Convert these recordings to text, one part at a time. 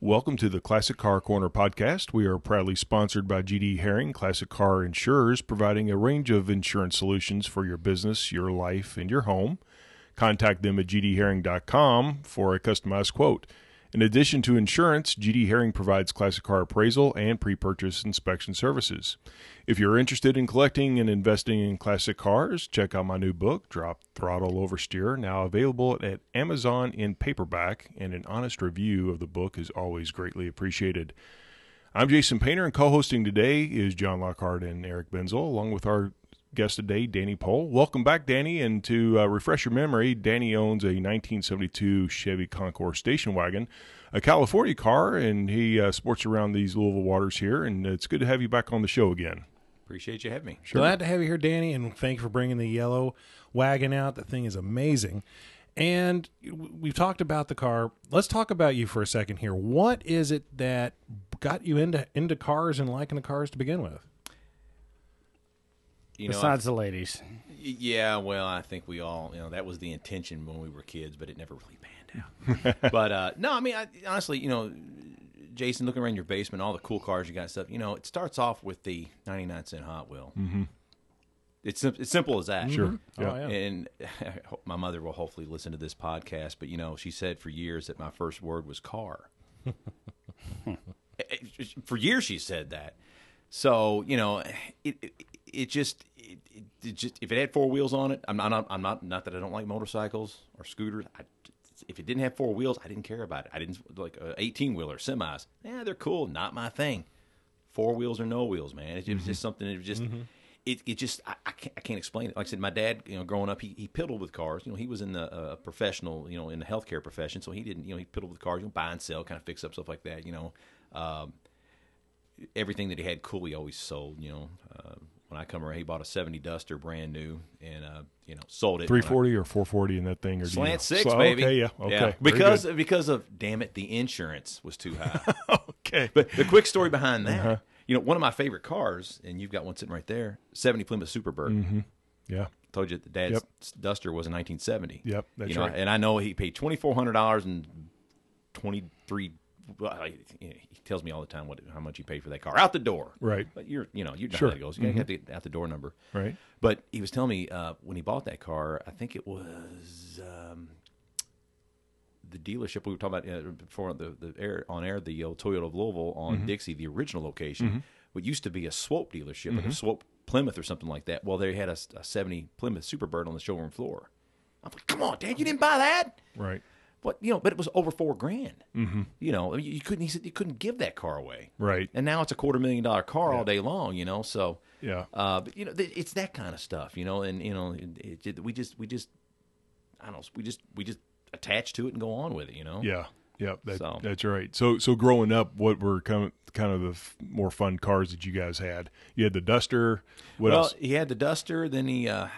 Welcome to the Classic Car Corner podcast. We are proudly sponsored by GD Herring Classic Car Insurers, providing a range of insurance solutions for your business, your life, and your home. Contact them at gdherring.com for a customized quote. In addition to insurance, GD Herring provides classic car appraisal and pre purchase inspection services. If you're interested in collecting and investing in classic cars, check out my new book, Drop Throttle Oversteer, now available at Amazon in paperback, and an honest review of the book is always greatly appreciated. I'm Jason Painter, and co hosting today is John Lockhart and Eric Benzel, along with our guest today, Danny Pohl. Welcome back, Danny. And to uh, refresh your memory, Danny owns a 1972 Chevy Concourse station wagon, a California car, and he uh, sports around these Louisville waters here. And it's good to have you back on the show again. Appreciate you having me. Glad to have you here, Danny, and thank you for bringing the yellow wagon out. That thing is amazing. And we've talked about the car. Let's talk about you for a second here. What is it that got you into into cars and liking the cars to begin with? You know, I- Besides the ladies, y- yeah, well, I think we all, you know, that was the intention when we were kids, but it never really panned out. but uh, no, I mean, I, honestly, you know, Jason, looking around your basement, all the cool cars you got, and stuff. You know, it starts off with the ninety-nine cent Hot Wheel. Mm-hmm. It's sim- it's simple as that. Sure. Yeah. Oh, yeah. And I hope my mother will hopefully listen to this podcast, but you know, she said for years that my first word was car. for years she said that. So you know, it it, it just it, it, it just if it had four wheels on it, I'm not, I'm not I'm not not that I don't like motorcycles or scooters. I, if it didn't have four wheels, I didn't care about it. I didn't like a 18 wheeler, semis. Yeah, they're cool, not my thing. Four wheels or no wheels, man. It's Mm-hmm. just something. It was just. It, it just I, I, can't, I can't explain it. Like I said, my dad, you know, growing up, he, he piddled with cars. You know, he was in the uh, professional, you know, in the healthcare profession, so he didn't, you know, he piddled with cars, you know, buy and sell, kind of fix up stuff like that. You know, um, everything that he had cool he always sold you know uh, when i come around he bought a 70 duster brand new and uh, you know sold it Three forty or four forty in that thing, or do you know? slant six So, baby Okay, yeah, okay, Very because good. because of damn it the insurance was too high okay, but the quick story behind that Uh-huh. you know one of my favorite cars and you've got one sitting right there 70 plymouth superbird yeah, told you that dad's Mm-hmm. Yep. s- duster was in 1970 Yep, that's you know, right. and i know he paid $2400 and 23 well, I- he tells me all the time what how much he paid for that car out the door right, but you're, you know, you know Sure. Mm-hmm. how that goes. You have to get out the door number. right. But he was telling me uh, when he bought that car, I think it was um, the dealership we were talking about uh, before the, the air on air, the old Toyota of Louisville on Dixie, the original location, what used to be a Swope dealership, like a Swope Plymouth or something like that. Well, they had a, s- a 70 Plymouth Superbird on the showroom floor. I'm like, come on, Dad, you didn't buy that? Right. What you know, but it was over four grand. Mm-hmm. You know, you, you couldn't. He said you couldn't give that car away. Right. And now it's a quarter million dollar car all day long. You know, so Yeah. uh, but you know, th- it's that kind of stuff, you know, and you know, it, it, we just, we just, I don't know, we just, we just attach to it and go on with it, you know. Yeah. Yeah, that, So- that's right. So, so growing up, what were kind of, kind of the f- more fun cars that you guys had? You had the Duster. What well, else? he had the Duster, then he, uh,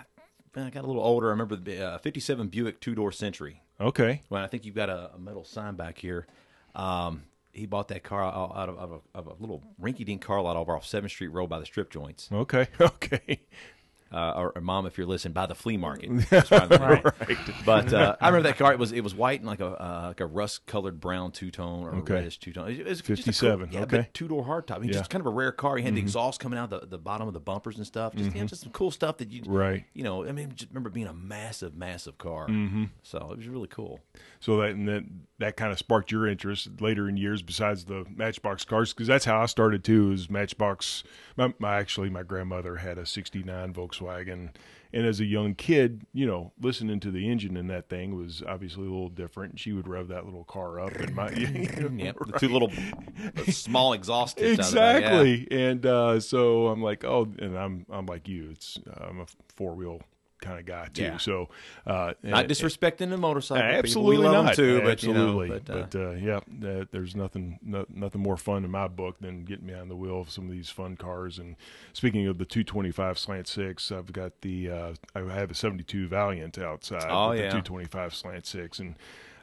I got a little older. I remember the uh, '57 Buick two door Century. Okay. Well, I think you've got a, a metal sign back here. Um, he bought that car out out of, out of, a, of a little rinky-dink car lot over off Seventh Street Road by the strip joints. Okay. Okay. uh, or, or mom, if you're listening, by the flea market. That's what I'm thinking. But uh, I remember that car. It was it was white and like a uh, like a rust colored brown two tone or Okay. reddish two tone. It was just a cool- 57, yeah, okay. two door hardtop. I mean, Yeah. Mm-hmm. just kind of a rare car. He had the exhaust coming out the, the bottom of the bumpers and stuff. Just yeah, just some cool stuff that you Right. Mm-hmm. You know, I mean, just remember it being a massive, massive car. So it was really cool. So that and that that kind of sparked your interest later in years, besides the Matchbox cars, because that's how I started too. Is Matchbox? My, my actually, my grandmother had a '69 Volkswagen, and as a young kid, you know, listening to the engine in that thing was obviously a little different. She would rev that little car up, and my Yep, the two little small exhaust tips out of there, yeah. exactly and uh, so i'm like oh and i'm i'm like you it's i'm a four-wheel kind of guy too Yeah. so uh Not and- disrespecting the motorcycle. people. absolutely we not. love them too, but you know, absolutely but, uh, but, uh, yeah that, there's nothing no, nothing more fun in my book than getting behind the wheel of some of these fun cars and speaking of the 225 slant 6 i've got the uh, i have a 72 valiant outside Oh, with the yeah. 225 slant 6 and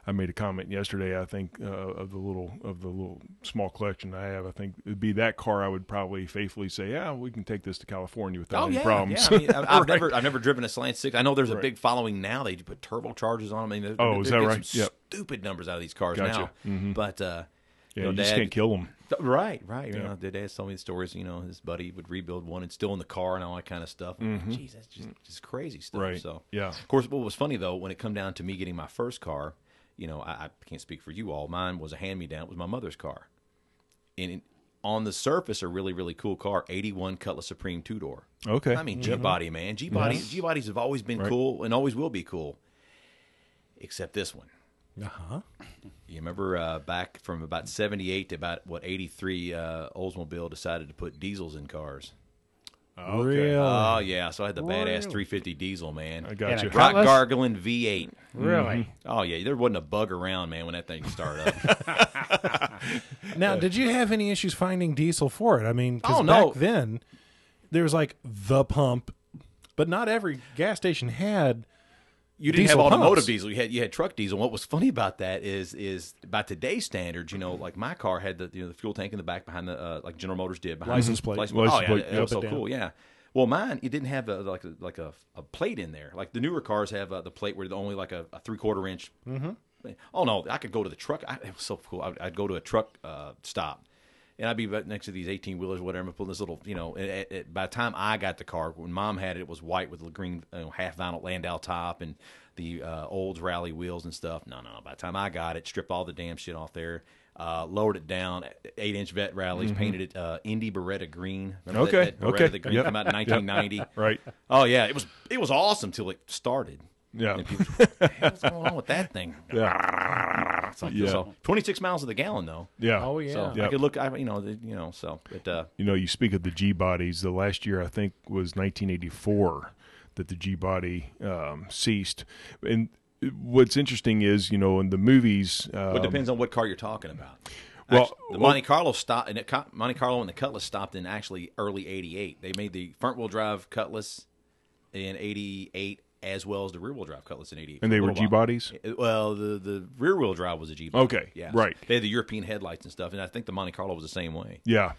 I made a comment yesterday. I think uh, of the little of the little small collection I have. I think it'd be that car. I would probably faithfully say, "Yeah, we can take this to California without any problems." Oh, Yeah. I mean, I've, I've never, I've never driven a Slant Six. I know there's a big following now. They put turbochargers on them. I mean, they're- Oh, they're is that getting right? some Yep. Stupid numbers out of these cars Gotcha. now. But uh, Yeah, know, you just Dad- can't kill them. Th- Right, right. You Yeah. know, the dad's told me the stories. You know, his buddy would rebuild one and still in the car and all that kind of stuff. I'm like, Jeez, that's just, just crazy stuff. Mm-hmm. Right. So Yeah. Of course, what was funny though, when it come down to me getting my first car, you know, I, I can't speak for you all. Mine was a hand me down. It was my mother's car, and it, on the surface, a really really cool car, eighty one Cutlass Supreme two door. Okay. I mean, G body man, G body, G bodies have always been cool and always will be cool, except this one. Uh Uh-huh. huh. You remember uh, back from about 78 to about, what, 83, uh, Oldsmobile decided to put diesels in cars. Really? Oh, yeah. So I had the Really? badass 350 diesel, man. I And got I you. got- Rock Cutlass? gargling V8. Really? Oh, yeah. There wasn't a bug around, man, when that thing started up. Now, did you have any issues finding diesel for it? I mean, 'cause Oh, no. back then there was like the pump, but not every gas station had. You didn't Diesel have automotive pumps. diesel. You had you had truck diesel. What was funny about that is is by today's standards, you know, like my car had the you know the fuel tank in the back behind the uh, like General Motors did behind License the, plate. License oh, yeah, plate, It yeah. was Up so and cool. Yeah. Well, mine it didn't have a, like a, like a, a plate in there. Like the newer cars have uh, the plate where the only like a, a three quarter inch. Mm-hmm. Oh no, I could go to the truck. I, it was so cool. I would, I'd go to a truck uh, stop. And I'd be right next to these eighteen wheelers, whatever. Pulling this little, you know. and It, it, by the time I got the car, when Mom had it, it was white with the green you know, half vinyl Landau top and the uh, old rally wheels and stuff. No, no. By the time I got it, stripped all the damn shit off there, uh, lowered it down, eight inch vet rallies, painted it uh, Indy Beretta green. Remember Okay, that, that Beretta okay. that green Yep. came out in 1990. Right. Oh yeah, it was it was awesome till it started. Yeah. And people, what the hell's going on with that thing? Yeah. So, Yeah. so, 26 miles of the gallon though. Yeah. Oh yeah. So I Yep. could look, I you know, the- you know, so but uh, You know, you speak of the G bodies. The last year, I think, was 1984 that the G body um, ceased. And what's interesting is, you know, in the movies, well, it uh, depends on what car you're talking about. Well, oh Actu- the well- Monte Carlo stopped, and the Co- Monte Carlo and the Cutlass stopped in actually early '88. They made the front wheel drive Cutlass in '88 as well as the rear wheel drive Cutlass in '88. and they were G bodies. bodies. Uh, Well, the the rear wheel drive was a Jeep. Okay, yeah, right. They had the European headlights and stuff, and I think the Monte Carlo was the same way. Yeah.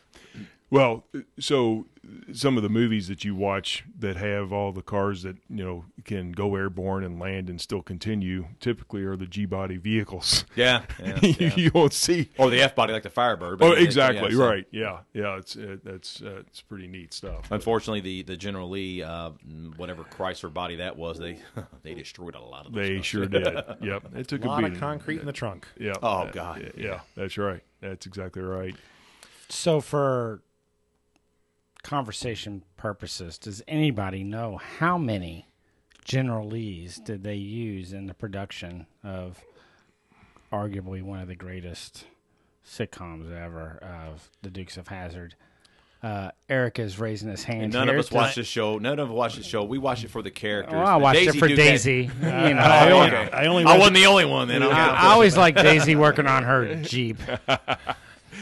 Well, so some of the movies that you watch that have all the cars that, you know, can go airborne and land and still continue typically are the G body vehicles. Yeah, you, you won't see or the F body like the Firebird. but Oh, yeah, yeah, exactly. so- right. Yeah. Yeah. It's uh, that's uh, it's pretty neat stuff. Unfortunately, the the General Lee, uh, whatever Chrysler body that was, they they destroyed a lot of those They cars. sure did. Yep. It took a a lot of beating. concrete in the trunk. yeah. Oh, God, Yeah, yeah. That's right. That's exactly right. So for conversation purposes, does anybody know how many General Lees did they use in the production of arguably one of the greatest sitcoms ever of The Dukes of Hazard? Uh, Eric is raising his hand. None of here us to- watched the show. None of us watched the show. We watched it for the characters. Well, I The watched it Daisy for Duke had- Daisy. you know, Oh, I, okay. always- I only I wasn't the only one then. Okay. I- I always like Daisy working on her Jeep.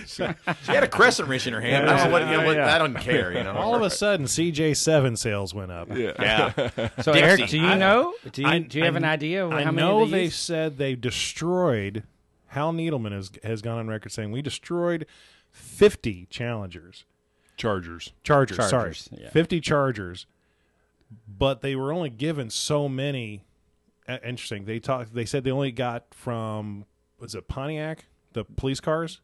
she had a crescent wrench in her hand. but I, don't, know what- you know, what- I don't care. You know, All of a sudden, CJ7 sales went up. Yeah. yeah. So Eric, do you know? Do you, do you have an idea of I how many know they, they used? said they destroyed. Hal Needleman has has gone on record saying we destroyed fifty Challengers, Chargers. Chargers, Chargers, sorry, yeah. fifty Chargers, but they were only given so many. Uh, interesting. They talked. They said they only got from was it Pontiac the police cars.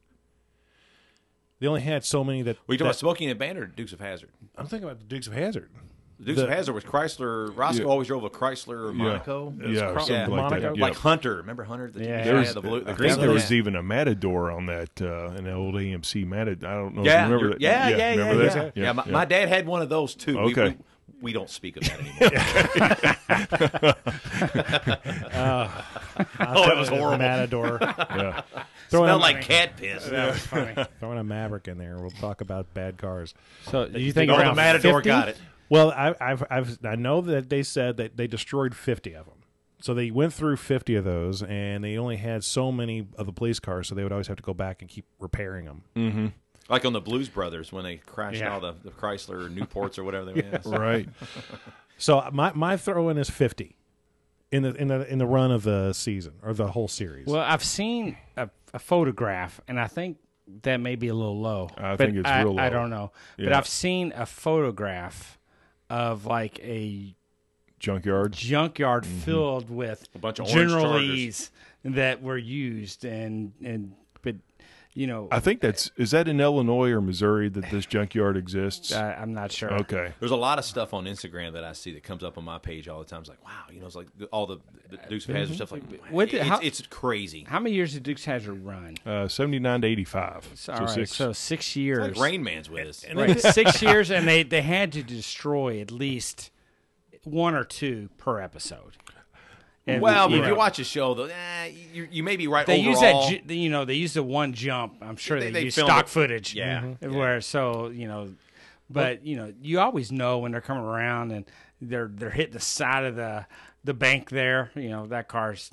They only had so many that We talking that- about Smoking and Bandit or Dukes of Hazard? I'm thinking about the Dukes of Hazard. The Dukes of Hazard was Chrysler. Roscoe always drove a Chrysler or Monaco. Yeah. Yeah, Cro- something yeah. like that. Like Yeah. Hunter. Remember Hunter? The Yeah. yeah, There There's, the blue, the I green. think there one? was even a Matador on that, uh, an old AMC Matador. I don't know. if you Yeah, remember you're- that. yeah, yeah, yeah, remember yeah. that? Yeah, my, my dad had one of those too. We- Okay. We, we don't speak of that anymore. Uh, oh, it was horrible. Matador. yeah. throwing, a, Smelled like cat piss. That was funny. throwing a Maverick in there. We'll talk about bad cars. So do you think No, the around Matador 50? got it. Well, I, I've, I've, I know that they said that they destroyed 50 of them. So they went through 50 of those, and they only had so many of the police cars, so they would always have to go back and keep repairing them. Like on the Blues Brothers when they crashed Yeah. all the, the Chrysler or Newports or whatever they were. Right. So my, my throw in is 50 in the, in, the, in the run of the season or the whole series. Well, I've seen a, a photograph, and I think that may be a little low. I but think it's I, real I low. don't know, but Yeah. I've seen a photograph of like a Junkyard. junkyard filled with bunch of orange General Chargers. Lees that were used, and and but you know, I think that's is that in Illinois or Missouri that this junkyard exists? I, I'm not sure. Okay. There's a lot of stuff on Instagram that I see that comes up on my page all the time. It's like, wow, you know, it's like all the, the Dukes of Hazzard stuff. Like, What the- it's, how- it's crazy. How many years did Dukes Hazard run? Uh, 79 to 85. So, all right, so six Like years. Rain Man's with us. Right, six years, and they they had to destroy at least one or two per episode. And Well, but you if know, you watch a show, though, eh, you, you may be right they use overall. that ju- you know they use the one jump. I'm sure They- they, they use filmed stock it. footage. Mm-hmm. Yeah, Mhm. where so you know, but you know you always know when they're coming around and they're they're hitting the side of the the bank there. You know that car's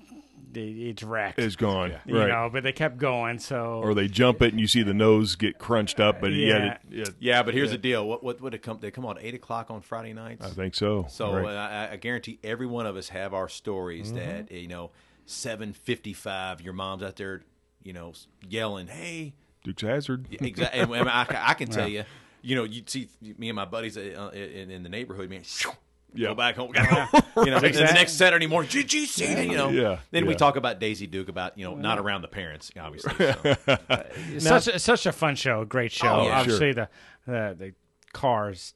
it- it's wrecked. it's gone. you right. know, but they kept going. So Or they jump it and you see the nose get crunched up, but Yeah. yet it, yeah, yeah, but here's the deal. What what would it come? They come on at eight o'clock on Friday nights. I think so. So Right. uh, I, I guarantee every one of us have our stories Mm-hmm. that you know, seven fifty-five. Your mom's out there, you know, yelling, "Hey!" Duke's Hazard. Exactly. and, and I, ca- I can tell you, you know, you'd see me and my buddies uh, in, in the neighborhood, man. Yeah. Go back home. You know, the next Saturday morning, did you see that? You know, Yeah, Then we yeah. talk about Daisy Duke about you know not around the parents, obviously. So. It's such a, such a fun show, a great show. Oh, yeah. Obviously, the, the the cars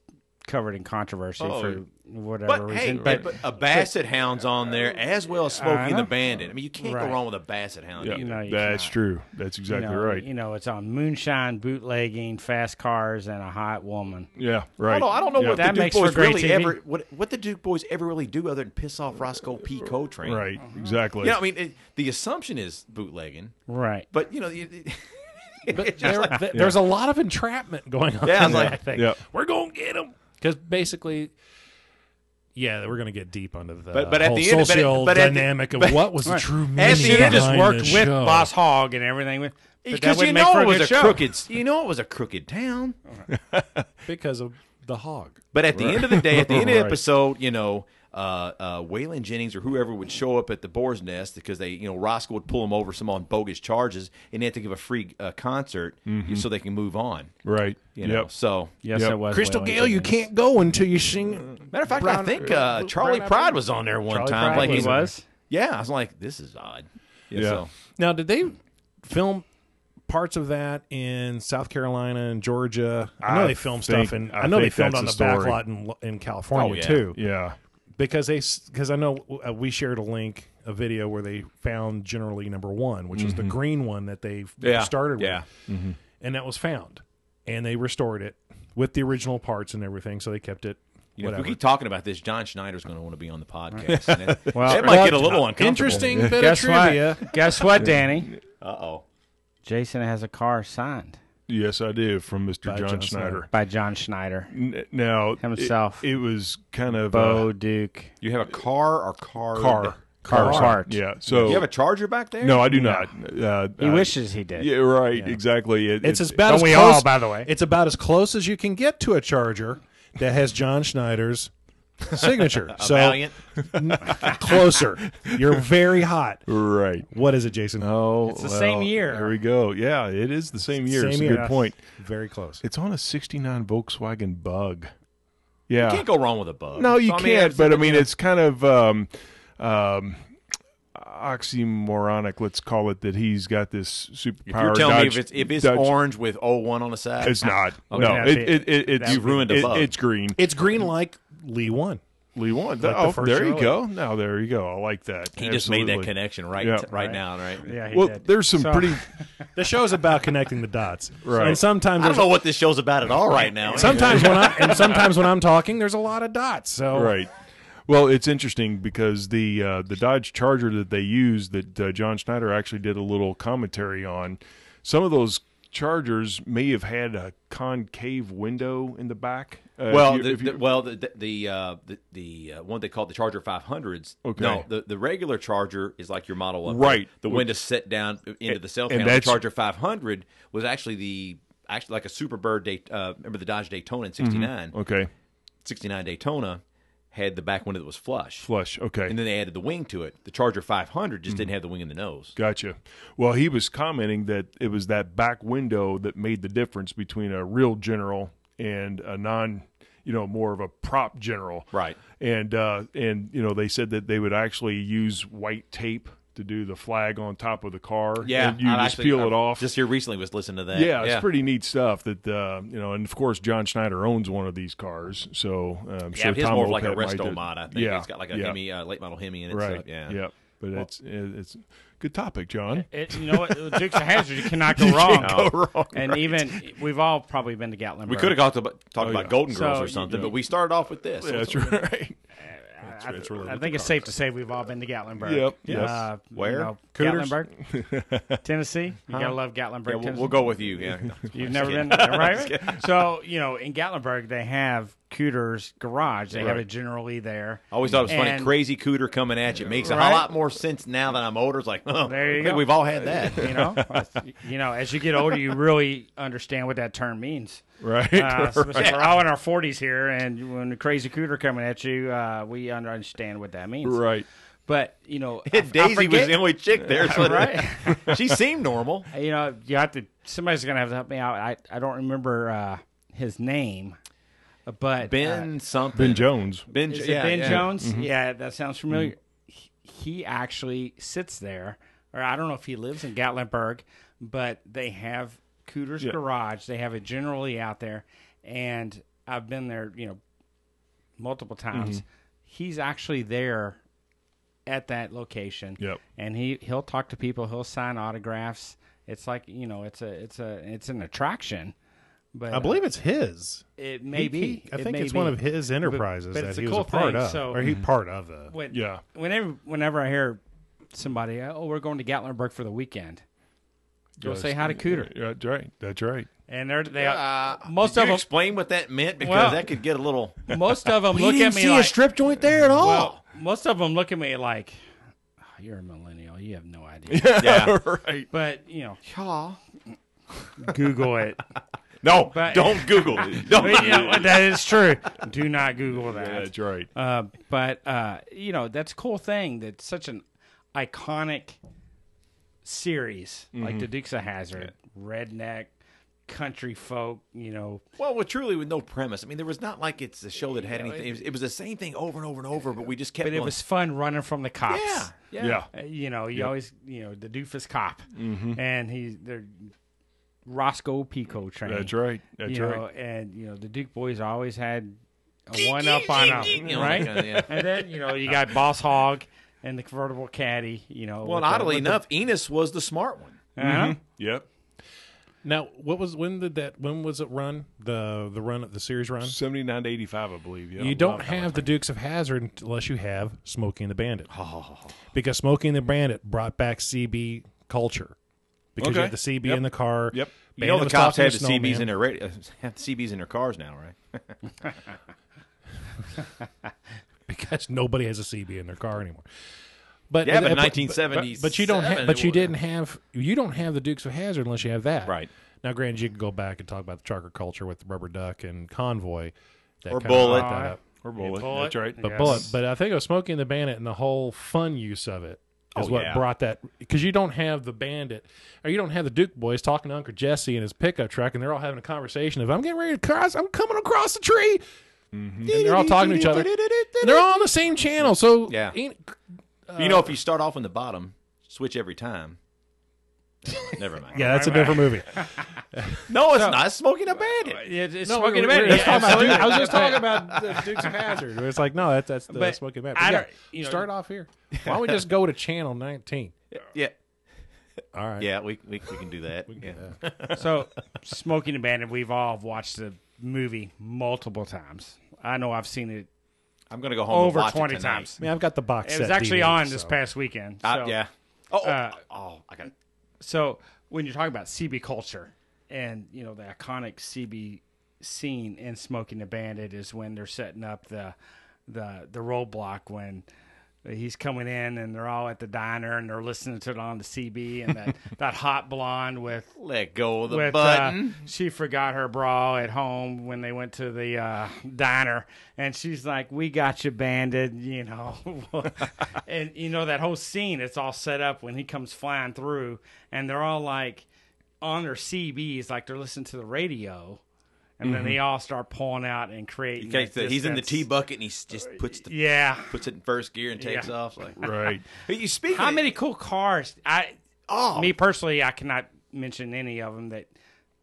covered in controversy Oh. for whatever But hey, reason. but, a basset hound's Uh, on there as well as Smokey and the Uh-huh. Bandit. I mean, you can't Right. go wrong with a basset hound. Yeah, either. know, you that's cannot. true. That's exactly you know, right. You know, it's on moonshine, bootlegging, fast cars, and a hot woman. yeah, right. Although I don't know Yeah. what That the Duke makes for boys great really TV. ever what what the Duke boys ever really do other than piss off Roscoe P. Coltrane. Right, exactly. You know, I mean, it, the assumption is bootlegging, Right. but you know, it, it- But there, th- there's a lot of entrapment going on. Yeah, I Yeah, was like, like- I think. Yeah. we're gonna get them because basically, yeah, we're gonna get deep onto the But- but at whole the end- but at- social but at the- dynamic of but- what was the true meaning. At the end, behind just worked with this show. Boss Hog and everything. With but that because you wouldn't make know for it was good a show. crooked, you know, it was a crooked town. because of the hog. But at the end of the day, at the end of the Right. episode, you know, uh, uh, Waylon Jennings or whoever would show up at the Boar's Nest because they, you know, Roscoe would pull them over some on bogus charges, and they had to give a free uh, concert so they can move on. right. You know, Yep. so Yes, Yep. it was. Waylon Jennings. can't go until you sing. matter of fact, I Brown- think uh, Charlie Brown- Pride was on there one Charlie time. Pride like He he's- was. Yeah, I was like, this is odd. Yeah. so- Now, did they film parts of that in South Carolina and Georgia? I know I they filmed think- stuff, and I I, know they think filmed that's on the the back story. lot in, in California Oh, yeah. too. Yeah. because they because I know uh, we shared a link a video where they found generally number one, which is the green one that they Mm-hmm. Yeah, started yeah. with, and that was found, and they restored it with the original parts and everything, so they kept it. You know, if whatever. we keep talking about this, John Schneider's going to want to be on the podcast. And that, Well, that might get a little uncomfortable. Interesting bit of Guess trivia. what? Guess what, Danny? Uh oh. Jason has a car signed Yes, I do. From Mr. John, John Schneider. by John Schneider. N- now it- Himself. It, was kind of Bo a Duke. You have a car or car? car. Car. Car. Yeah. So You have a charger back there? no, I do not. Uh, He I- wishes he did. Yeah. Right. Exactly. It- It's it- as bad Don't as we close, all, by the way? It's about as close as you can get to a charger that has John Schneider's signature. so Valiant. closer, you're very hot. Right. What is it, Jason? Uh, Oh, It's the same well, year. There we go. Yeah, it is the same year. it's a good point. Very close. It's on a '69 Volkswagen Bug. Yeah, Can't go wrong with a bug. Uh, no, you So, I mean, can't. that's- but I mean, it's kind of um, um, oxymoronic. Let's call it that. He's got this If superpower. you're telling Dodge, me if it's if it's Dodge- orange with 01 on the side, it's not. no, that'd it, be- it, it, it's You've ruined a it- bug. It's green. It's green like Lee one. Lee won. the oh, first there you go. show. Now there you go. I like that. he just made that Absolutely. connection right Yeah. right now, right? Yeah, he Well, did. there's some So- pretty. The show's about connecting the dots, Right. And sometimes, I don't there's know what this show's about at all right now. sometimes when I and sometimes when I'm talking, there's a lot of dots. So Right. Well, it's interesting because the uh, the Dodge Charger that they used that uh, John Schneider actually did a little commentary on. Some of those Chargers may have had a concave window in the back. Uh, Well, if the, you- if you- the, well, the the uh, the, the uh, one they call the Charger 500s. Okay. No, the, the regular Charger is like your model up. Right. The window set down into the cell and panel. The that's- Charger 500 was actually the actually like a Superbird. Day, uh, remember the Dodge Daytona in '69. okay, '69 Daytona had the back window that was flush, flush. Okay, and then they added the wing to it. The Charger 500 Mm-hmm. just didn't have the wing in the nose. Gotcha. Well, he was commenting that it was that back window that made the difference between a real general and a non, you know, more of a prop general. Right. And uh, and you know they said that they would actually use white tape to do the flag on top of the car. Yeah, and you I've just actually- peel I've it off. Just here recently was listening to that. yeah, it's pretty neat stuff. That uh, you know, and of course, John Schneider owns one of these cars, so uh, I'm Yeah, sure but his Tom more of like a Opet might resto do- mod. I think Yeah, it's got like a yeah, Hemi, uh, late model Hemi in it. right? So, yeah. yeah. But it's it, it's good topic, John. It, you know what? Dukes of Hazard, you cannot go wrong. can't go wrong, And even we've all probably been to Gatlinburg. We could have talked about, talked about Oh, yeah. Golden Girls So, or you- something, but we started off with this. That's right. I, it's really I with think it's safe to say we've all been to Gatlinburg. Yep, yes. Uh, Where? You know, Cooters? Gatlinburg, Tennessee. You gotta love Gatlinburg, Yeah, we'll, Tennessee. we'll go with you. Yeah. You've never been right? So you know, in Gatlinburg, they have Cooter's Garage. They have Right. it generally there. I always thought it was funny. And- Crazy cooter coming at you makes Right? a lot more sense now that I'm older. It's like, oh, There you I think go. we've all had that. You know, you know, as you get older, you really understand what that term means. Right. Uh, so We're all in our 40s here, and when the crazy cooter coming at you, uh, we understand what that means. right. But you know, I- I Daisy was forget- the only chick there, so Right. she seemed normal. you know, you have to. Somebody's gonna have to help me out. I I don't remember uh, his name, but uh, Ben Ben something. Jones. Uh, Ben, Is yeah, it Ben yeah. Jones? Mm-hmm. Yeah, that sounds familiar. He, he actually sits there, or I don't know if he lives in Gatlinburg, but they have Cooter's Garage. They have it generally out there, and I've been there, you know, multiple Mm-hmm. times. He's actually there at that location. Yep. and he he'll talk to people. He'll sign autographs. It's like you know, it's a it's a it's an attraction. But I believe it's his. it may be. I It think may it's one be. of his enterprises but that it's a he cool was a part thing, of, so- Hmm. or he part of the. When, Yeah. Whenever whenever I hear somebody, oh, we're going to Gatlinburg for the weekend, go Yes. say hi to Cooter, Yeah, That's right. That's right. and they're they Uh, most did of you them explain what that meant because Well- that could get a little. most of them look at me like strip joint there at all. well, most of them look at me like "Oh, you're a millennial, you have no idea. Yeah. right. but you know, no, Google it. Oh, But- don't Google it. Don't. But, you know, that is true. Do not Google that. That's right. Uh, but uh, you know that's a cool thing. That's such an iconic series, like Mm-hmm. the Dukes of Hazard, redneck, country folk. You know, Well, well, truly with no premise. I mean, there was not like it's a show that had anything. It was, it was the same thing over and over and over, but we just kept. but it going, was fun running from the cops. Yeah. Yeah. Yeah. Uh, you know, you always you know the doofus cop, Mm-hmm. and he's they're Roscoe Pico train. That's right. That's you right. know, and you know the Duke boys always had a one up on them, You know, right? like, uh, yeah. And then you know you got Boss Hog and the convertible caddy. You know, Well, and with the- oddly with the- enough, Enos was the smart one. Uh-huh. Yep. Now, what was when did that? When was it run? The the run the series run. Seventy nine to eighty five, I believe. Yeah. You don't have the Dukes of Hazard unless you have Smoking the Bandit, Oh, because Smoking the Bandit brought back CB culture. Because Okay. you had the CB Yep. in the car. Yep. you Bandit know the was cops talking have to the CBs Snowman. in their radio, have the CBs in their cars now, right? because nobody has a CB in their car anymore. But Yeah, but but- 1977 But, you don't. Ha- but you it was- didn't have. You don't have the Dukes of Hazard unless you have that. Right. Now, granted, you can go back and talk about the trucker culture with Rubber Duck and Convoy, that Or kinda brought Bullet. that up. Or bullet. Bullet. That's right. but Yes. Bullet. But I think it was Smoking the Bandit and the whole fun use of it is Oh, what yeah. brought that because you don't have the Bandit or you don't have the Duke boys talking to Uncle Jesse in his pickup truck and they're all having a conversation of I'm getting ready to cross. I'm coming across the tree. Mm-hmm. And they're all talking to each other. And they're all on the same channel. So Yeah. ain't- you know, if you start off in the bottom, switch every time. Never mind. Yeah, that's a different movie. No, it's not smoking a Oh, bandit. Yeah, it's No, smoking we- a we- bandit. we were talking Yeah, about absolutely. Duke- I was just talking But- about the Dukes of Hazard. It's like no, that's that's the But smoking man. I yeah, don't- you know- start off here. Why don't we just go to channel nineteen? Yeah, All right. yeah, we, we, we can do that. yeah. So, Smoking the Bandit, we've all watched the movie multiple times. I know I've seen it I'm gonna go home and over watch it 20 tonight. times. I mean, I've got the box. It set was actually DVD, on this so- past weekend. So, Uh, yeah. Oh, oh, uh, oh, I got it. So, when you're talking about CB culture and, you know, the iconic CB scene in Smoking the Bandit is when they're setting up the the the roadblock when he's coming in and they're all at the diner and they're listening to it on the CB and that, that hot blonde with Let go of the with button. uh, she forgot her bra at home when they went to the uh, diner, and she's like, "We got you banded," you know, and you know that whole scene. It's all set up when he comes flying through, and they're all like on their CBs, like they're listening to the radio. and then they all start pulling out and creating. Mm-hmm. In case that that he's in the distance. T bucket and he s- just puts the Uh, Yeah. puts it in first gear and takes Yeah. off. Like Right. Hey, you speak. How many cool cars? I Oh, me personally, I cannot mention any of them that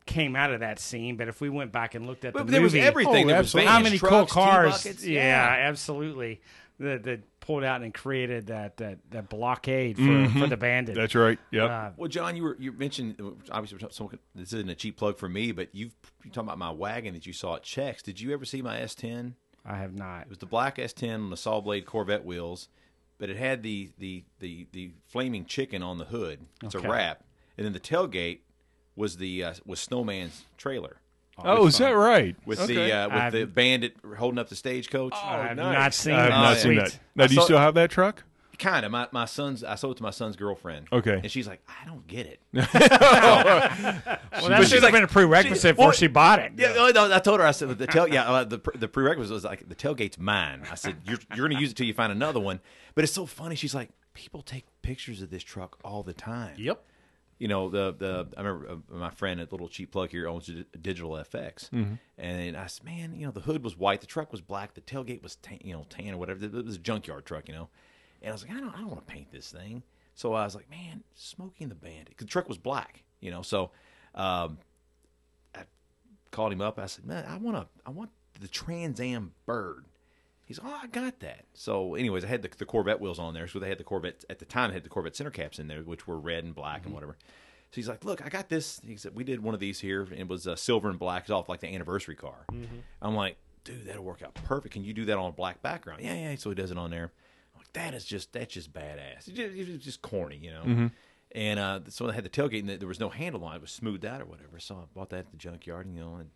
came out of that scene. But if we went back and looked at the but movie, there was everything. Oh, there was absolutely. vans, how many cool trucks, cars? T-buckets, yeah, absolutely. That that pulled out and created that that, that blockade for, for the bandit. That's right. Yep. Uh, Well, John, you were you mentioned uh, obviously we're talking- someone, this isn't a cheap plug for me, but you've you talking about my wagon that you saw at Checks. Did you ever see my S10? I have not. It was the black S10 on the saw blade Corvette wheels, but it had the the the, the flaming chicken on the hood. It's Okay. a wrap, and then the tailgate was the uh, was Snowman's trailer oh, is that right? with Okay. the uh, with I've- the bandit holding up the stagecoach. I have nice. not seen. I have that. not yeah. seen Sweet. that. Now, do you saw- still have that truck? Kind of. My my son's. I sold it to my son's girlfriend. Okay. and she's like, I don't get it. Well, that she's should have like- been a prerequisite she's- before well, she bought it. Yeah, oh, no, I told her. I said the tail. Yeah, uh, the the prerequisite was like the tailgate's mine. I said you're you're gonna use it till you find another one. But it's so funny. She's like, people take pictures of this truck all the time. Yep. You know the the I remember uh, my friend at little cheap plug here owns a Digital FX, and I said, man, you know the hood was white, the truck was black, the tailgate was tan, you know tan or whatever. It was a junkyard truck, you know. And I was like, I don't I don't want to paint this thing. So I was like, man, smoking the Bandit. 'Cause The truck was black, you know. So. Um, called him up. I said, "Man, I want to, I want the Trans Am Bird." He's, "Oh, I got that." So, anyways, I had the, the Corvette wheels on there, so they had the Corvette at the time. Had the Corvette center caps in there, which were red and black and whatever. So he's like, "Look, I got this." He said, "We did one of these here, and it was uh, silver and black. It's off like the anniversary car." I'm like, "Dude, that'll work out perfect. Can you do that on a black background?" Yeah, yeah. So he does it on there. I'm like, "That is just that's just badass. It's just, it's just corny, you know." Mm-hmm. And uh, so I had the tailgate, and there was no handle on it. It was smoothed out or whatever. So I bought that at the junkyard, and you know, and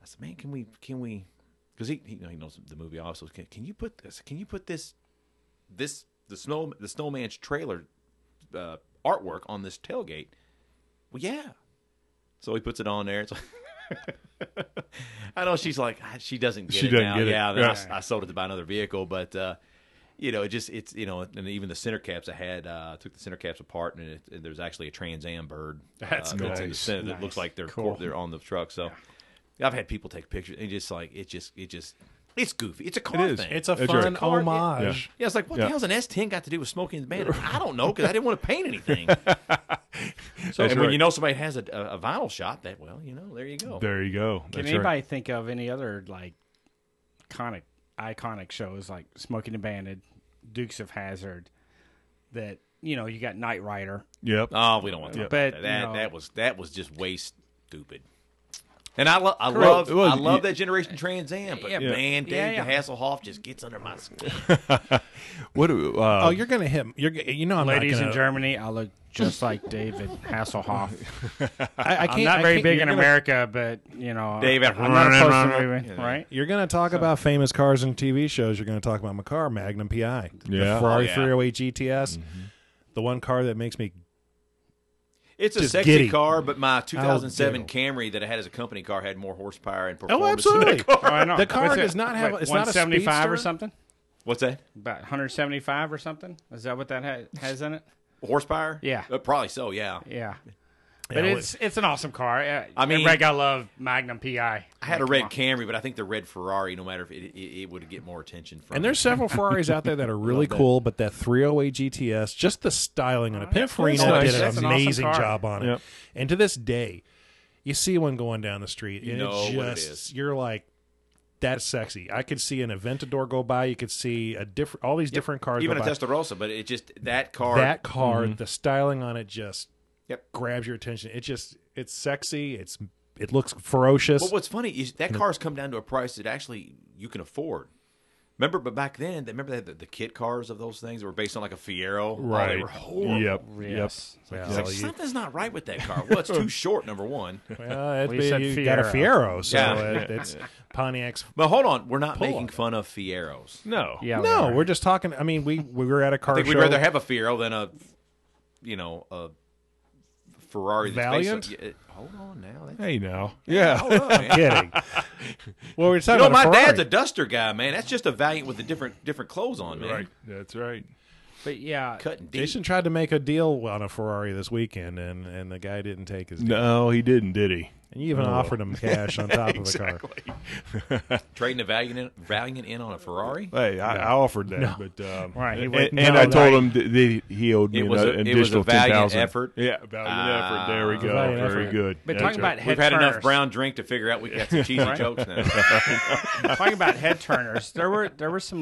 I said, "Man, can we? Can we?" Because he, he, you know, he knows the movie also. Can, can you put this? Can you put this? This the snow the snowman's trailer uh, artwork on this tailgate. Well, yeah. So he puts it on there. It's like- I know she's like "Ah, she doesn't get She it doesn't now. get it. Yeah, then I Yeah. s- I, sold it to buy another vehicle, but uh, you know, it just it's you know, and even the center caps I had uh, I took the center caps apart, and, it, and there's actually a Trans Am bird. That's uh, in the nice. center that Nice. looks like they're Cool. they're on the truck. So I've had people take pictures and just like it just it just it's goofy. It's a car is. thing. It's a That's fun right. homage. yeah, it's like what Yeah. the hell's an S10 got to do with smoking the bandit? I don't know because I didn't want to paint anything. so and right. when you know somebody has a, a, a vinyl shop, that well, you know, there you go. There you go. Can That's anybody right. think of any other like iconic iconic shows like Smoking the Bandit, Dukes of Hazard? That you know you got Knight Rider. Yep. Oh, we don't want to talk But, about that. That, no. that was that was just way stupid. And I, lo- I Correct. love It was- I love that generation Trans Am, but Yeah. man, Yeah, David yeah. Hasselhoff just gets under my skin. What? do- Uh, Oh, you're gonna hit. You're g- you know I'm Ladies not in gonna, Germany, I look just like David Hasselhoff. I, I can't, I'm not I very can't- big you're in gonna- America, but you know, David, I'm not opposed to moving, right? You're gonna talk about famous cars and TV shows. You're gonna talk about my car, Magnum PI, Yeah. the Ferrari Oh, yeah. Mm-hmm. 308 GTS, the one car that makes me It's a Just sexy giddy. car, but my 2007 Oh, Camry that I had as a company car had more horsepower and Oh, performance. In absolutely. that car. Oh, I know. The car What's does it? not have- Wait, it's not a 175 or speedster? something. What's that? About 175 or something. Is that what that ha- has in it? Horsepower? Yeah. Uh, probably so. Yeah. Yeah. But well, it's it's an awesome car. Uh, I mean- Rick, I love Magnum PI. I had a red Camry, but I think the red Ferrari, no matter if it, it, it would get more attention from. And there's several Ferraris out there that are really cool, but that 308 GTS, just the styling on it. Pininfarina nice. did That's an an awesome amazing car. job on it. Yep. And to this day, you see one going down the street, and know it what it just is. you're like, that's sexy. I could see an Aventador go by. You could see a different, all these different cars. even go a by. Testarossa, but it just that car. That car, the styling on it just Yep. grabs your attention. It just, it's sexy. It's it looks ferocious. But what's funny is that car's come down to a price that actually you can afford. Remember, but back then, they remember they had the, the kit cars of those things that were based on like a Fiero. Oh, right. they were horrible. Yep. Yes. It's like, Well, you- something's not right with that car. Well, it's too short, number one. well, it'd We be- said you got a Fiero, so Yeah. it, it's Pontiac's But hold on, we're not on making it. fun of Fieros. No. Yeah. we No, are. we're just talking. I mean, we we were at a car I think show. we'd rather have a Fiero than a, you know, a Ferrari. that's based on- yeah, hold on now. That's, Hey now. Yeah. hold on, man. kidding. well, we were You talking know, about my a Ferrari. dad's a duster guy, man. That's just a Valiant with the different different clothes on, man. Right. That's right. But yeah, Cutting deep. Jason tried to make a deal on a Ferrari this weekend, and and the guy didn't take his. deal. No, he didn't, did he? And you even offered him cash on top of the car. Trading a Valiant in, Valiant in on a Ferrari? Hey, I, I offered that, but um, Right, he And, wouldn't- and no, I told right. him that they, he owed me It was an, a- an it was a additional ten valiant thousand. effort. Yeah, valiant effort. There we go. valiant Very effort. good. But That's talking right. about We've had head enough turners- brown drink to figure out we got some cheesy jokes now. Talking about head turners, there were there were some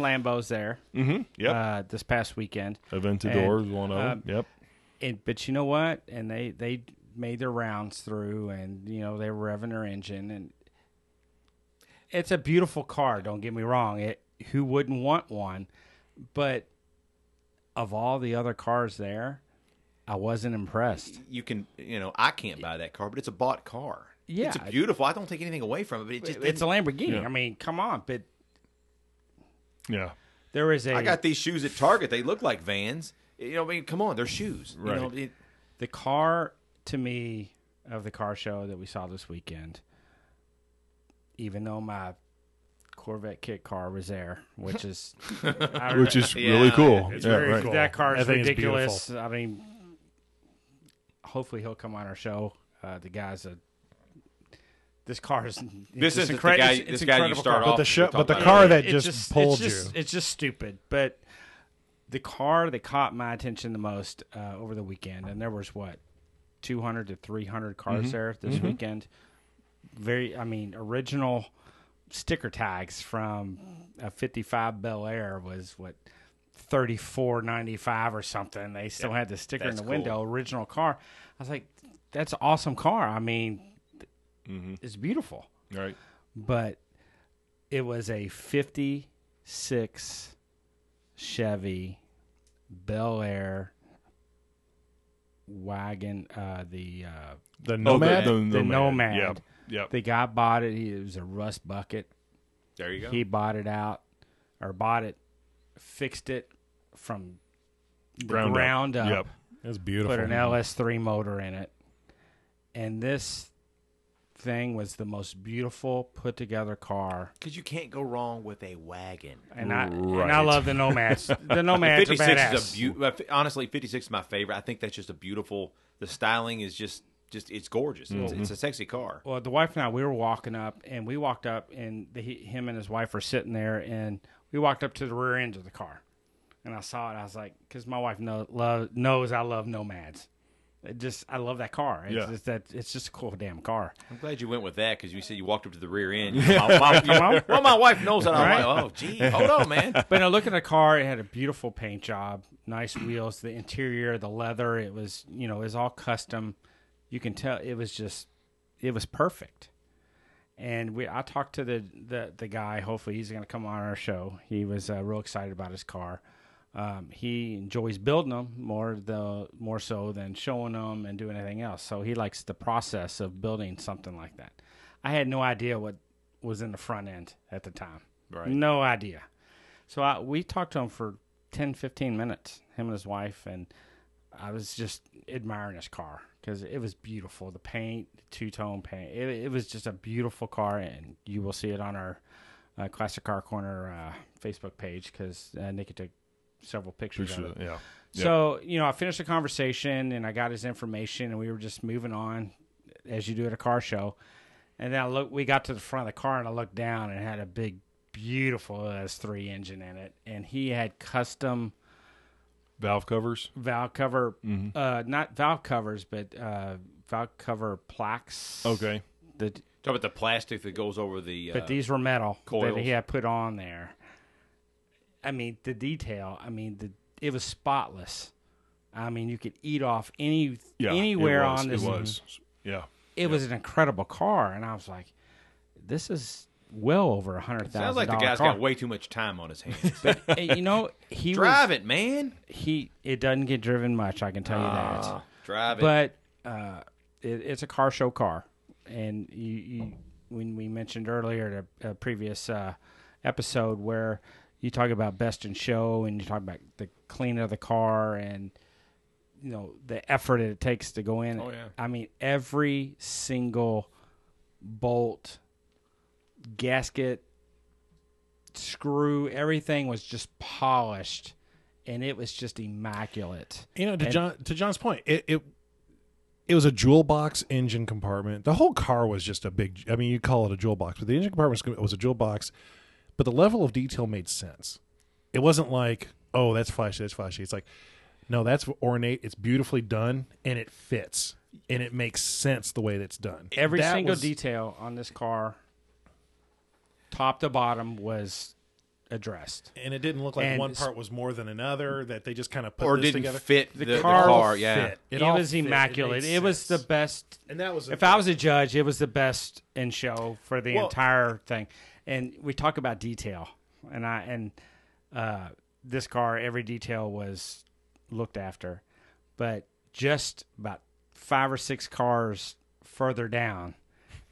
Lambos there Yep. uh, this past weekend, Aventador and, is one of them. yep. and but you know what? And they they made their rounds through, and you know they were revving their engine, and it's a beautiful car. Don't get me wrong. It who wouldn't want one, but of all the other cars there, I wasn't impressed. You can, you know, I can't buy that car, but it's a bought car. Yeah. it's a beautiful. I don't take anything away from it, but it just It's a Lamborghini. Yeah. I mean, come on, but Yeah. there is a I got these shoes at Target. They look like Vans. You know, I mean, come on, they're shoes. You know, Right. it- the car to me of the car show that we saw this weekend, even though my Corvette kit car was there, which is I don't Which know, is really cool. it's yeah, very right. cool. that car is That thing is ridiculous. I mean, hopefully he'll come on our show. Uh, the guy's a this car is this it's is the incre- guy. it's- it's this guy you incredible start car. off. the show- we'll talk but the about it car later. that It just pulled it's Just, you. it's just stupid. But the car that caught my attention the most uh, over the weekend, and there was what, two hundred to three hundred cars Mm-hmm. there this weekend. Very, I mean, original sticker tags from a '55 Bel Air was what. 3495 or something they still had the sticker in that's the window original car i was like that's an awesome car i mean it's beautiful Mm-hmm. Right. but it was a 56 Chevy Bel Air wagon. Uh, the uh, The Oh, Nomad. The Nomad. Yep. Yep. the guy bought it. He, it was a rust bucket. There you go. He bought it out or bought it, fixed it from the ground, up, Yep. That's beautiful. put an LS3 motor in it, and this thing was the most beautiful put together car Because you can't go wrong with a wagon. and I and I Right. love the nomads. The nomads are 56 badass. is a beautiful. Honestly, 56 is my favorite. I think that's just a beautiful. The styling is just, just it's gorgeous. It's, it's a sexy car. well, the wife and I, we were walking up, and we walked up, and the, he, him and his wife were sitting there, and we walked up to the rear end of the car, and I saw it. I was like, because my wife know, love, knows I love nomads. It just I love that car. It's Yeah. just that it's just a cool damn car. I'm glad you went with that because you said you walked up to the rear end. My- my- well, my wife knows that. I'm like, oh, gee, hold on, man. But now look at the car. It had a beautiful paint job, nice wheels, the interior, the leather. It was you know it was all custom. You can tell it was just it was perfect. And we I talked to the the, the guy. Hopefully he's going to come on our show. He was uh, real excited about his car. Um, he enjoys building them more the more so than showing them and doing anything else. So he likes the process of building something like that. I had no idea what was in the front end at the time. Right. No idea. So I, we talked to him for 10, 15 minutes, him and his wife, and I was just admiring his car because it was beautiful. The paint, two tone paint, it, it was just a beautiful car, and you will see it on our uh, Classic Car Corner uh, Facebook page because uh, Nikki took several pictures of it. Appreciate it. Yeah. So, you know, I finished the conversation and I got his information and we were just moving on as you do at a car show. And then I look we got to the front of the car and I looked down and it had a big beautiful S3 engine in it and he had custom Valve covers. valve cover Mm-hmm. uh not valve covers but uh valve cover plaques. Okay. That Talk about the plastic that goes over the. Uh, but these were metal that coils. he had put on there. I mean, the detail. I mean, the it was spotless. I mean, you could eat off any Yeah. it anywhere was, on this. It was. Yeah. it was an incredible car, and I was like, this is well over a hundred thousand. sounds like the guy's car. got way too much time on his hands. And, you know, he Drive was, it, man. He it doesn't get driven much. I can tell you Ah. that. Drive it. but uh, it, it's a car show car, and you, you when we mentioned earlier the a previous uh, episode where you talk about best in show and you talk about the cleaning of the car and you know the effort it takes to go in. Oh, yeah. I mean every single bolt, gasket, screw, everything was just polished. And it was just immaculate. you know, to And- John to John's point, it, it it was a jewel box engine compartment. The whole car was just a big. I mean, you call it a jewel box, but the engine compartment was- was a jewel box. But the level of detail made sense. It wasn't like, oh, that's flashy, that's flashy. It's like, no, that's ornate. It's beautifully done, and it fits, and it makes sense the way that's done. Every That single was- detail on this car, top to bottom, was addressed. and it didn't look like And one it's- part was more than another. That they just kind of put or this didn't together. fit the, the car car. fit. yeah, It It, all was fit. It made immaculate. It, was the sense. best. And that was if I was a judge, it was the best in show for the Well- entire thing. And we talk about detail, and I and uh, this car, every detail was looked after, but just about five or six cars further down,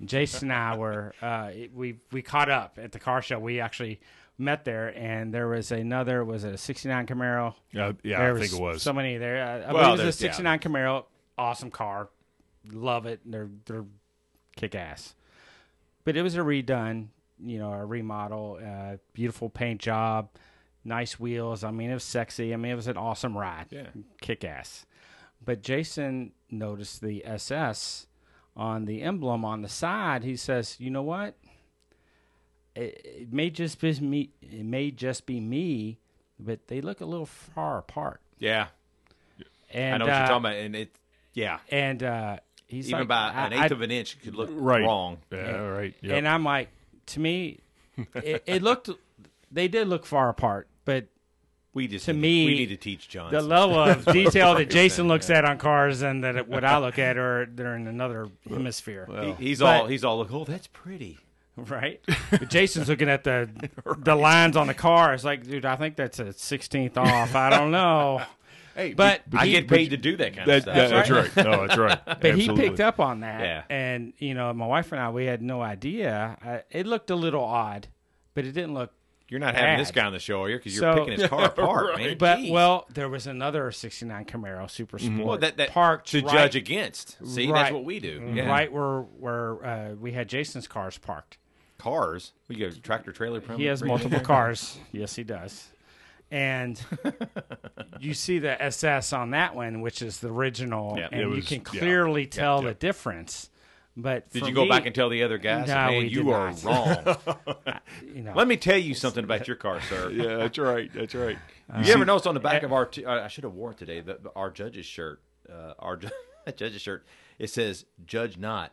Jason and I were uh, it- we we caught up at the car show. We actually met there, and there was another was it a '69 Camaro? Yeah, yeah, there I think it was. so many there. Uh, I, I Well, believe it was there's- a yeah. '69 Camaro, awesome car, love it. They're they're kick ass, but it was a redone, you know, a remodel, uh, beautiful paint job, nice wheels. I mean, it was sexy. I mean, it was an awesome ride, Yeah. kick ass. But Jason noticed the SS on the emblem on the side. He says, "You know what? It, it may just be me. It may just be me." But they look a little far apart. yeah. And, I know what uh, you're talking about, and it, yeah, And uh, he's even like, by I- an eighth I- of an inch could look right. wrong. Yeah, right. Yep. And I'm like, to me, it, it looked, they did look far apart, but We just To need, me, we need to teach John. the some- level of detail that Jason looks at on cars and that it, what I look at are they're in another hemisphere, He- he's But- all he's all like, oh, that's pretty. right? But Jason's looking at the the lines on the car. It's like, dude, I think that's a sixteenth off. I don't know, Hey, but I he- get paid to do that kind That- of stuff. that- that's right. No, that's right. But he picked up on that, Yeah. and you know, my wife and I, we had no idea. I, it looked a little odd, but it didn't look You're not having this Bad. guy on the show, are you? Because you're So- picking his car apart, man. But Jeez. well, there was another '69 Camaro Super Sport Mm-hmm. well, that, that parked to right, judge against. See, Right. Mm-hmm. that's what we do. Yeah. right where where uh, we had Jason's cars parked. cars. We go tractor trailer. He has multiple cars. Yes, he does. And you see the SS on that one, which is the original, Yeah, and it you was- can yeah. clearly tell the difference. But Did for you go me, back and tell the other guys? No, man, we you did are not. wrong. you know, Let me tell you something about your car, sir. Yeah, that's right. That's right. You ever notice on the eh back of our? T- I I should have worn it today. The, our judge's shirt. Uh, our ju- judge's shirt. It says, "Judge not,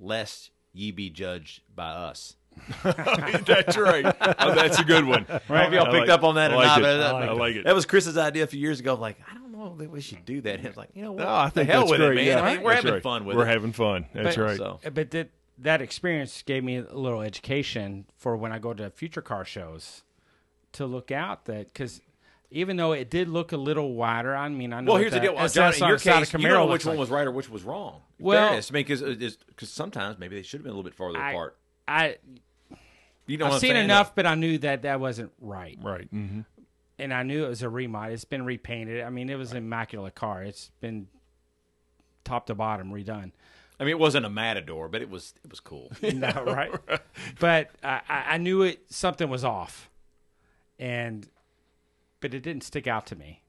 lest ye be judged by us." that's right. Oh, that's a good one. I don't know if y'all I like- picked up on that I or like not. it. but I like that- it. That was Chris's idea a few years ago. Like, I don't know that we should do that. And it's like, you know what? No, I think the hell that's with great. it, man. Yeah, I mean, we're that's having right. fun with We're it. having fun. That's right. So, Uh, but that that experience gave me a little education for when I go to future car shows to look out that because even though it did look a little wider, I mean, I know well, what here's the deal. Well, SS John, in on your the side case, of you know Camaro which looks one like. was right or which was wrong. In Well- fairness, I mean, because uh, sometimes maybe they should have been a little bit farther I- apart. I You know, what I've I'm seen saying? enough, but I knew that that wasn't right, Right. Mm-hmm. and I knew it was a remodel. It's been repainted. I mean, it was an immaculate car. It's been top to bottom redone. I mean, it wasn't a matador, but it was it was cool. no, right? But I, I I knew it something was off, and but it didn't stick out to me.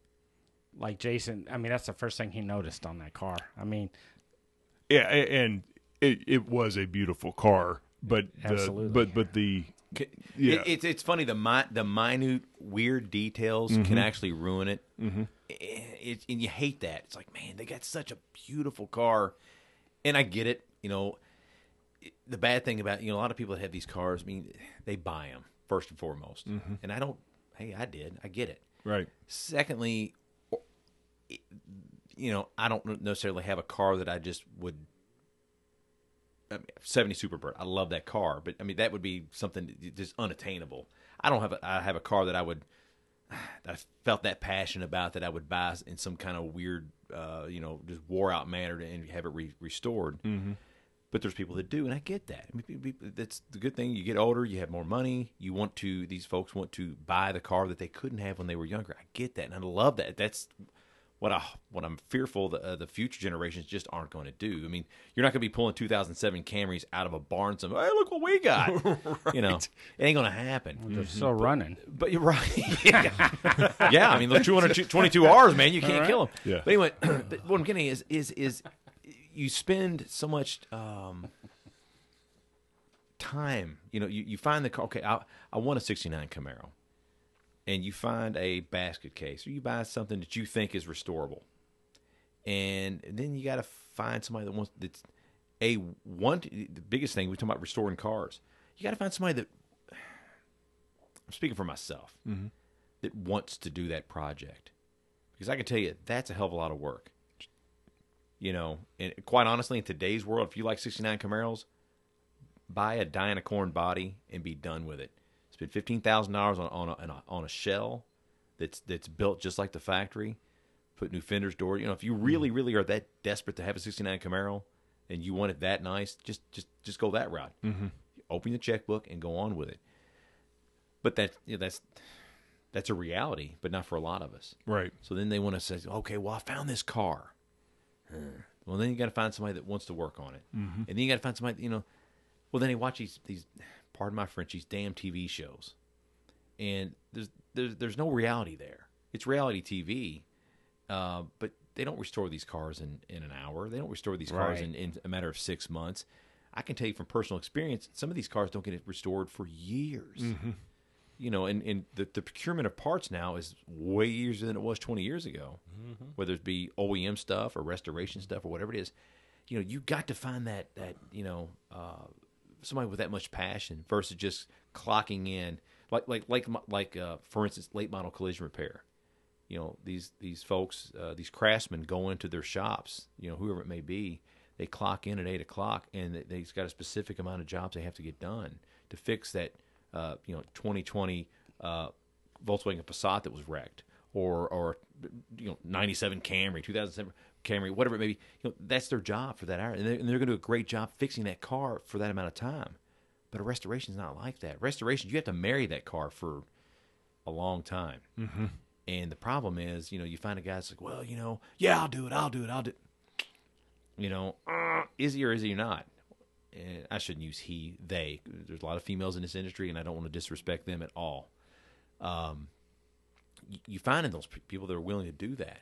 Like Jason, I mean, that's the first thing he noticed on that car. I mean, Yeah, a- and it, it was a beautiful car, but Absolutely. the, but but the It, Yeah. it's it's funny the mi- the minute weird details can actually ruin it. Mm-hmm. it, and you hate that. It's like, man, they got such a beautiful car, and I get it. You know, it- the bad thing about you know a lot of people that have these cars, I mean, they buy them first and foremost, and I don't. Hey, I did. I get it. right. Secondly, o- it- you know, I don't necessarily have a car that I just would. I mean, 70 Superbird. I love that car, but I mean that would be something just unattainable. I don't have a I have a car that I would that I felt that passion about that I would buy in some kind of weird uh, you know, just wore out manner and have it re- restored. Mm-hmm. But there's people that do, and I get that. I mean, pe- pe- that's the good thing. You get older, you have more money. You want to; these folks want to buy the car that they couldn't have when they were younger. I get that, and I love that. That's what I what I'm fearful the uh, the future generations just aren't going to do. I mean, you're not going to be pulling 2007 Camrys out of a barn. Some, hey, look what we got. You know, it ain't going to happen. they're still running. But you're right. yeah. Yeah, I mean, those 222 R's, man, you can't kill 'em. Yeah. But anyway, but what I'm getting is is is you spend so much um, time. You know, you, you find the car. Okay, I, I want a '69 Camaro, and you find a basket case, or you buy something that you think is restorable, and then you got to find somebody that wants that's a one. The biggest thing we talking about restoring cars. You got to find somebody that. I'm speaking for myself. That wants to do that project, because I can tell you that's a hell of a lot of work you know, and quite honestly, in today's world, if you like 69 Camaros, buy a Diana Corn body and be done with it. Spend fifteen thousand dollars on on a, on a on a shell that's that's built just like the factory. Put new fenders, door. You know, if you really really are that desperate to have a 69 Camaro and you want it that nice, just just just go that route. Mm-hmm. Open your checkbook and go on with it. But that you know, that's that's a reality, but not for a lot of us. Right. So then they want to say, okay, well, I found this car. Well, then you got to find somebody that wants to work on it, and then you got to find somebody. You know, well, then they watch these these, pardon my French, these damn TV shows, and there's there's there's no reality there. It's reality TV, uh, but they don't restore these cars in in an hour. They don't restore these cars in, in a matter of six months. I can tell you from personal experience, some of these cars don't get restored for years. You know, and, and the, the procurement of parts now is way easier than it was 20 years ago, whether it be OEM stuff or restoration stuff or whatever it is. You know, you got to find that, that you know, uh, somebody with that much passion versus just clocking in. Like, like, like, mo- like uh, for instance, late model collision repair you know these these folks uh, these craftsmen go into their shops you know whoever it may be they clock in at eight o'clock and they, they've got a specific amount of jobs they have to get done to fix that uh, you know 2020 uh, Volkswagen Passat that was wrecked or or you know 97 Camry 2007 Camry whatever it may be you know that's their job for that hour and they're, and they're going to do a great job fixing that car for that amount of time but a restoration is not like that restoration you have to marry that car for a long time and the problem is, you know, you find a guy's like, well, you know, yeah, I'll do it, I'll do it, I'll do it. You know, uh, is he or is he not? And I shouldn't use he, they. There's a lot of females in this industry, and I don't want to disrespect them at all. Um, you, you find in those pe- people that are willing to do that,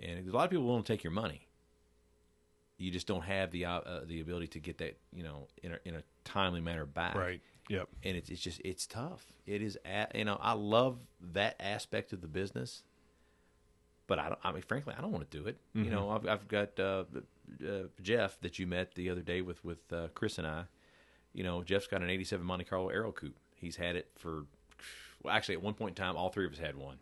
and a lot of people willing to take your money. You just don't have the uh, uh, the ability to get that, you know, in a, in a timely manner back Right. Yep. and it's, it's just it's tough. It is a- you know I love that aspect of the business, but I don't. I mean, frankly, I don't want to do it. You know, I've I've got uh, uh, Jeff that you met the other day with with uh, Chris and I. You know, Jeff's got an '87 Monte Carlo Aero Coupe. He's had it for well, actually at one point in time, all three of us had one.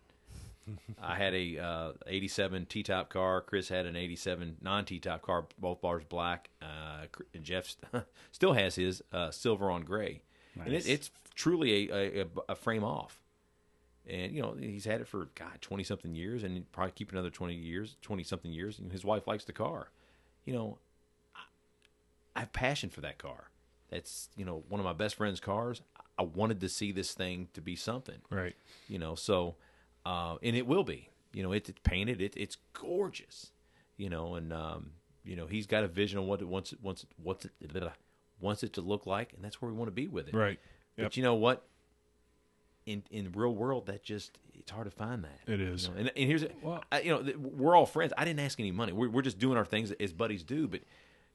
I had a uh, 87 T-top car. Chris had an 87 non-T-top car, both bars black. Uh, Cr- and Jeff still has his uh, silver on gray, and Nice. it, it's truly a, a, a- a frame off. And you know he's had it for God 20 something years, and he'd probably keep another 20 years, 20 something years. And his wife likes the car. You know, I, I have passion for that car. That's you know one of my best friend's cars. I- I wanted to see this thing to be something Right. you know so uh, and it will be you know it, it's painted it, it's gorgeous you know and um, you know he's got a vision on what it wants it wants it wants it, blah, wants it to look like and that's where we want to be with it Right. Yep. but you know what in in the real world that just it's hard to find that It is. you know? and, and here's I, you know th- we're all friends i didn't ask any money we're, we're just doing our things as buddies do but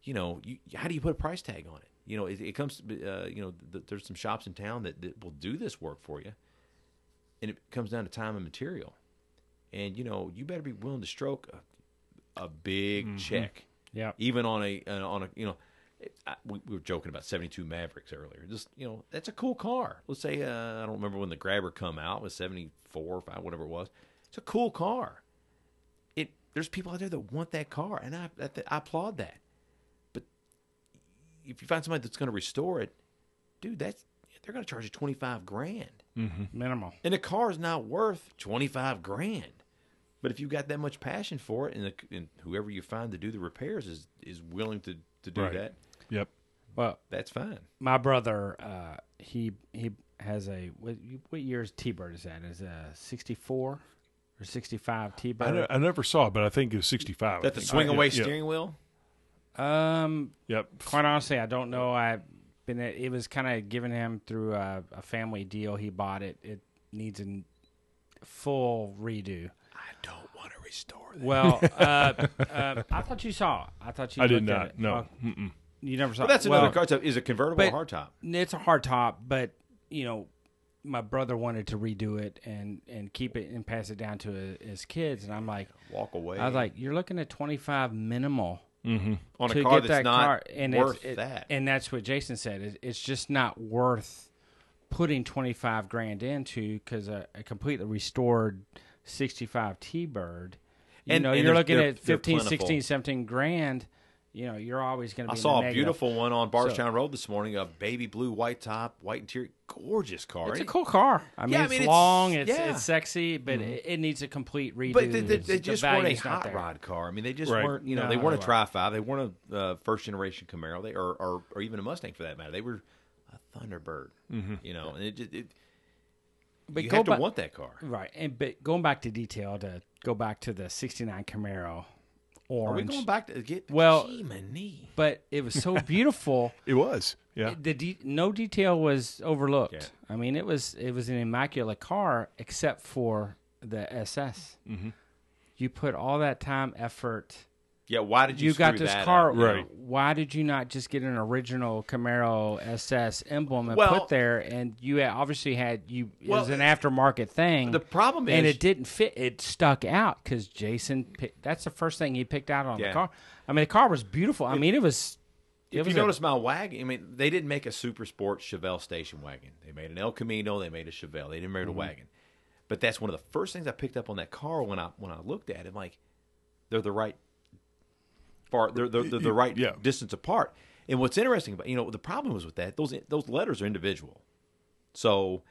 you know you, how do you put a price tag on it you know it, it comes uh, you know th- there's some shops in town that, that will do this work for you and it comes down to time and material. And you know, you better be willing to stroke a, a big Mm-hmm. check, Yeah. even on a uh, on a you know. it- I, we, we were joking about seventy two Mavericks earlier. Just you know, that's a cool car. Let's say uh, I don't remember when the Grabber come out it was seventy four or five, whatever it was. It's a cool car. It there's people out there that want that car, and I I, I applaud that. But if you find somebody that's going to restore it, dude, that's they're going to charge you twenty five grand. Minimal. And the car is not worth 25 grand. But if you've got that much passion for it and, the, and whoever you find to do the repairs is, is willing to, to do Right. that, Yep. Well, that's fine. my brother, uh, he he has a what, what year's T-bird is that? Is it a '64 or '65 I, ne- T-bird? I never saw it, but I think it was 65. I That the think. swing Yeah, away yeah, steering wheel? Um, Yep. quite honestly, I don't know. I've been it was kind of given him through a, a family deal. He bought it. It needs a n- full redo. I don't want to restore that. Well, uh, uh, I thought you saw. it. I thought you. I did looked at not. it. No. Oh, you never saw. But that's well, another car type. Is a convertible or but- hardtop? It's a hard top, but you know, my brother wanted to redo it and and keep it and pass it down to his, his kids, and I'm like, Walk away. I was like, you're looking at 25 minimal on to a car that's get that not car, and worth it's, it- that. And that's what Jason said. It, it's just not worth putting 25 grand into because a, a completely restored 65 T-Bird. You And- know, and you're they're- looking they're- at they're 15, plentiful. 16, 17 grand. You know, you're always going to I be. in the saw a negative. beautiful one on Barstown Road this morning, a baby blue white top, white interior, gorgeous car. It's a Ain't- cool car. I mean, I it's mean, it's- long, it's yeah. Mm-hmm. it's sexy, but it, it needs a complete redo. But they, they, It's- they the just weren't a value's not hot there. rod car. I mean, they just Right. weren't. You know, No, they weren't they a tri five. They weren't a uh, first generation Camaro. They or, or or even a Mustang for that matter. They were a Thunderbird. Mm-hmm. You know, and it, just it But you go have to back- want that car. Right, and but going back to detail to go back to the '69 Are Camaro we orange, going back to get Well- Jiminy. but it was so beautiful. It was. Yeah. the de- no detail was overlooked. Yeah. I mean, it was it was an immaculate car except for the SS. Mm-hmm. You put all that time, effort. Yeah, why did you? You, got screw this that car up? Right. Why did you not just get an original Camaro SS emblem and Well- put there? And you had- obviously had you it was Well, an aftermarket thing. the problem and is- it didn't fit. It stuck out because Jason. Picked, that's the first thing he picked out on the Yeah. car. I mean, the car was beautiful. I mean, it was. It If was you a- notice my wagon, I mean, they didn't make a super sport Chevelle station wagon. They made an El Camino. They made a Chevelle. They didn't make a wagon. But that's one of the first things I picked up on that car when I when I looked at it. I'm like, they're the right far. They're, they're, they're the right Yeah. distance apart. And what's interesting about you know the problem was with that those those letters are individual, so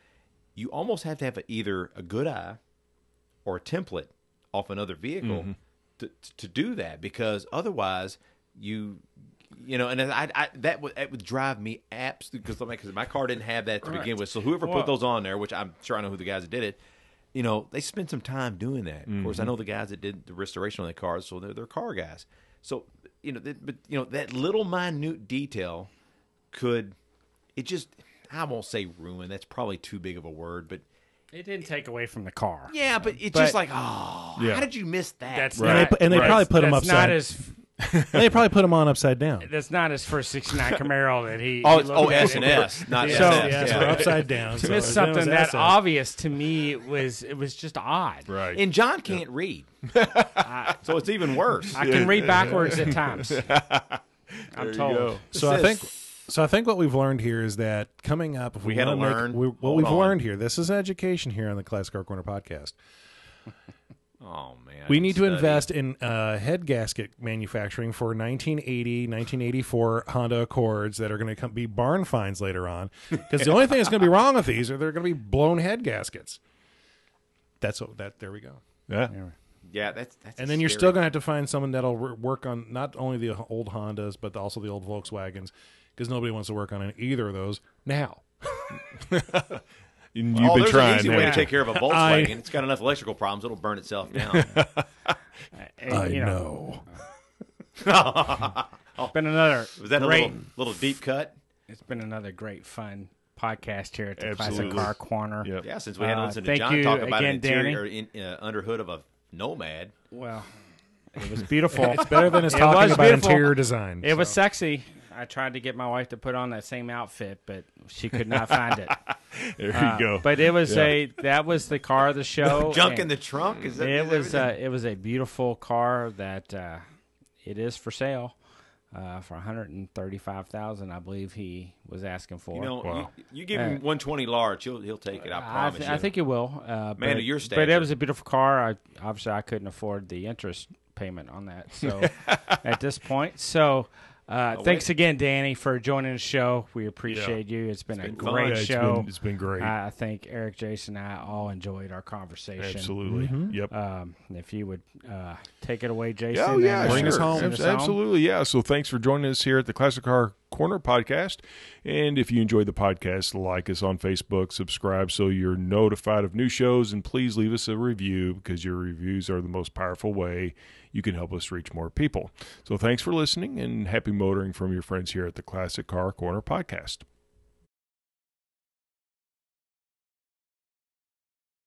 you almost have to have either a good eye or a template off another vehicle to, to do that because otherwise you you know and I, I that would that would drive me absolutely because my, 'cause my car didn't have that to begin with so whoever Well- put those on there which I'm sure I know who the guys that did it you know they spent some time doing that of course I know the guys that did the restoration on the cars so they're, they're car guys so you know that, but you know that little minute detail could it just I won't say ruin that's probably too big of a word but It didn't take away from the car. yeah, but it's But- just like, oh, Yeah. how did you miss that? That's Right. And not, they, and they Right. probably put them that's upside. not as they probably put them on upside down. that's not his first '69 Camaro that he. oh, he it's, looked oh, at S and S, not So S. yeah, so upside down. So It's if it was something that SS, obvious to me it was it was just odd. Right. And John can't read, so it's even worse. I can read backwards at times. I'm told. go. So I It think says- so. I think what we've learned here is that coming up, if we, We had wanna to make- learn. we- what Hold we've on. learned here. This is education here on the Classic Car Corner podcast. Oh man, I We didn't need to study. invest in uh, head gasket manufacturing for 1980, 1984 Honda Accords that are going to be barn finds later on. Because the only thing that's going to be wrong with these are they're going to be blown head gaskets. That's what that. There we go. yeah. Yeah, that's that's. And then you're still going to have to find someone that'll wor- work on not only the old Hondas but also the old Volkswagens because nobody wants to work on either of those now. And you've You've oh, been there's trying. an easy way haven't to you? take care of a Volkswagen. I- It's got enough electrical problems; it'll burn itself down. And, you know, It's been another Was that a great, little little deep cut? It's been another great fun podcast here at the Absolutely. Classic Car Corner. Yep. Yeah, since we had to Uh, listen to thank John you talk about an again, interior in, uh, under hood of a Nomad. Well, it was beautiful. It's better than us It talking was about beautiful. interior design. It was sexy. I tried to get my wife to put on that same outfit, but she could not find it. There you Uh, go. But it was Yeah. a that was the car of the show. Junk and- in the trunk is that? Oh, it is was everything? uh, it was a beautiful car that uh, it is for sale uh, for one hundred and thirty five thousand. I believe he was asking for. you know, Wow. you, you give him 120 large, he'll he'll take it. I I, promise th- you. I think it will. Uh, Man but, of your but stature. it was a beautiful car. I obviously I couldn't afford the interest payment on that. So at this point, so. Uh, thanks again, Danny, for joining the show. We appreciate you. It's been, a fun. great Yeah, it's show. been- it's been great. I I think Eric, Jason, and I all enjoyed our conversation. Absolutely. Yep. Um, if you would uh, take it away, Jason. Oh and yeah, bring sure. us home. Abs- Absolutely, yeah. So thanks for joining us here at the Classic Car Corner podcast. And if you enjoyed the podcast, like us on Facebook, subscribe so you're notified of new shows, and please leave us a review because your reviews are the most powerful way you can help us reach more people. So thanks for listening, and happy motoring from your friends here at the Classic Car Corner podcast.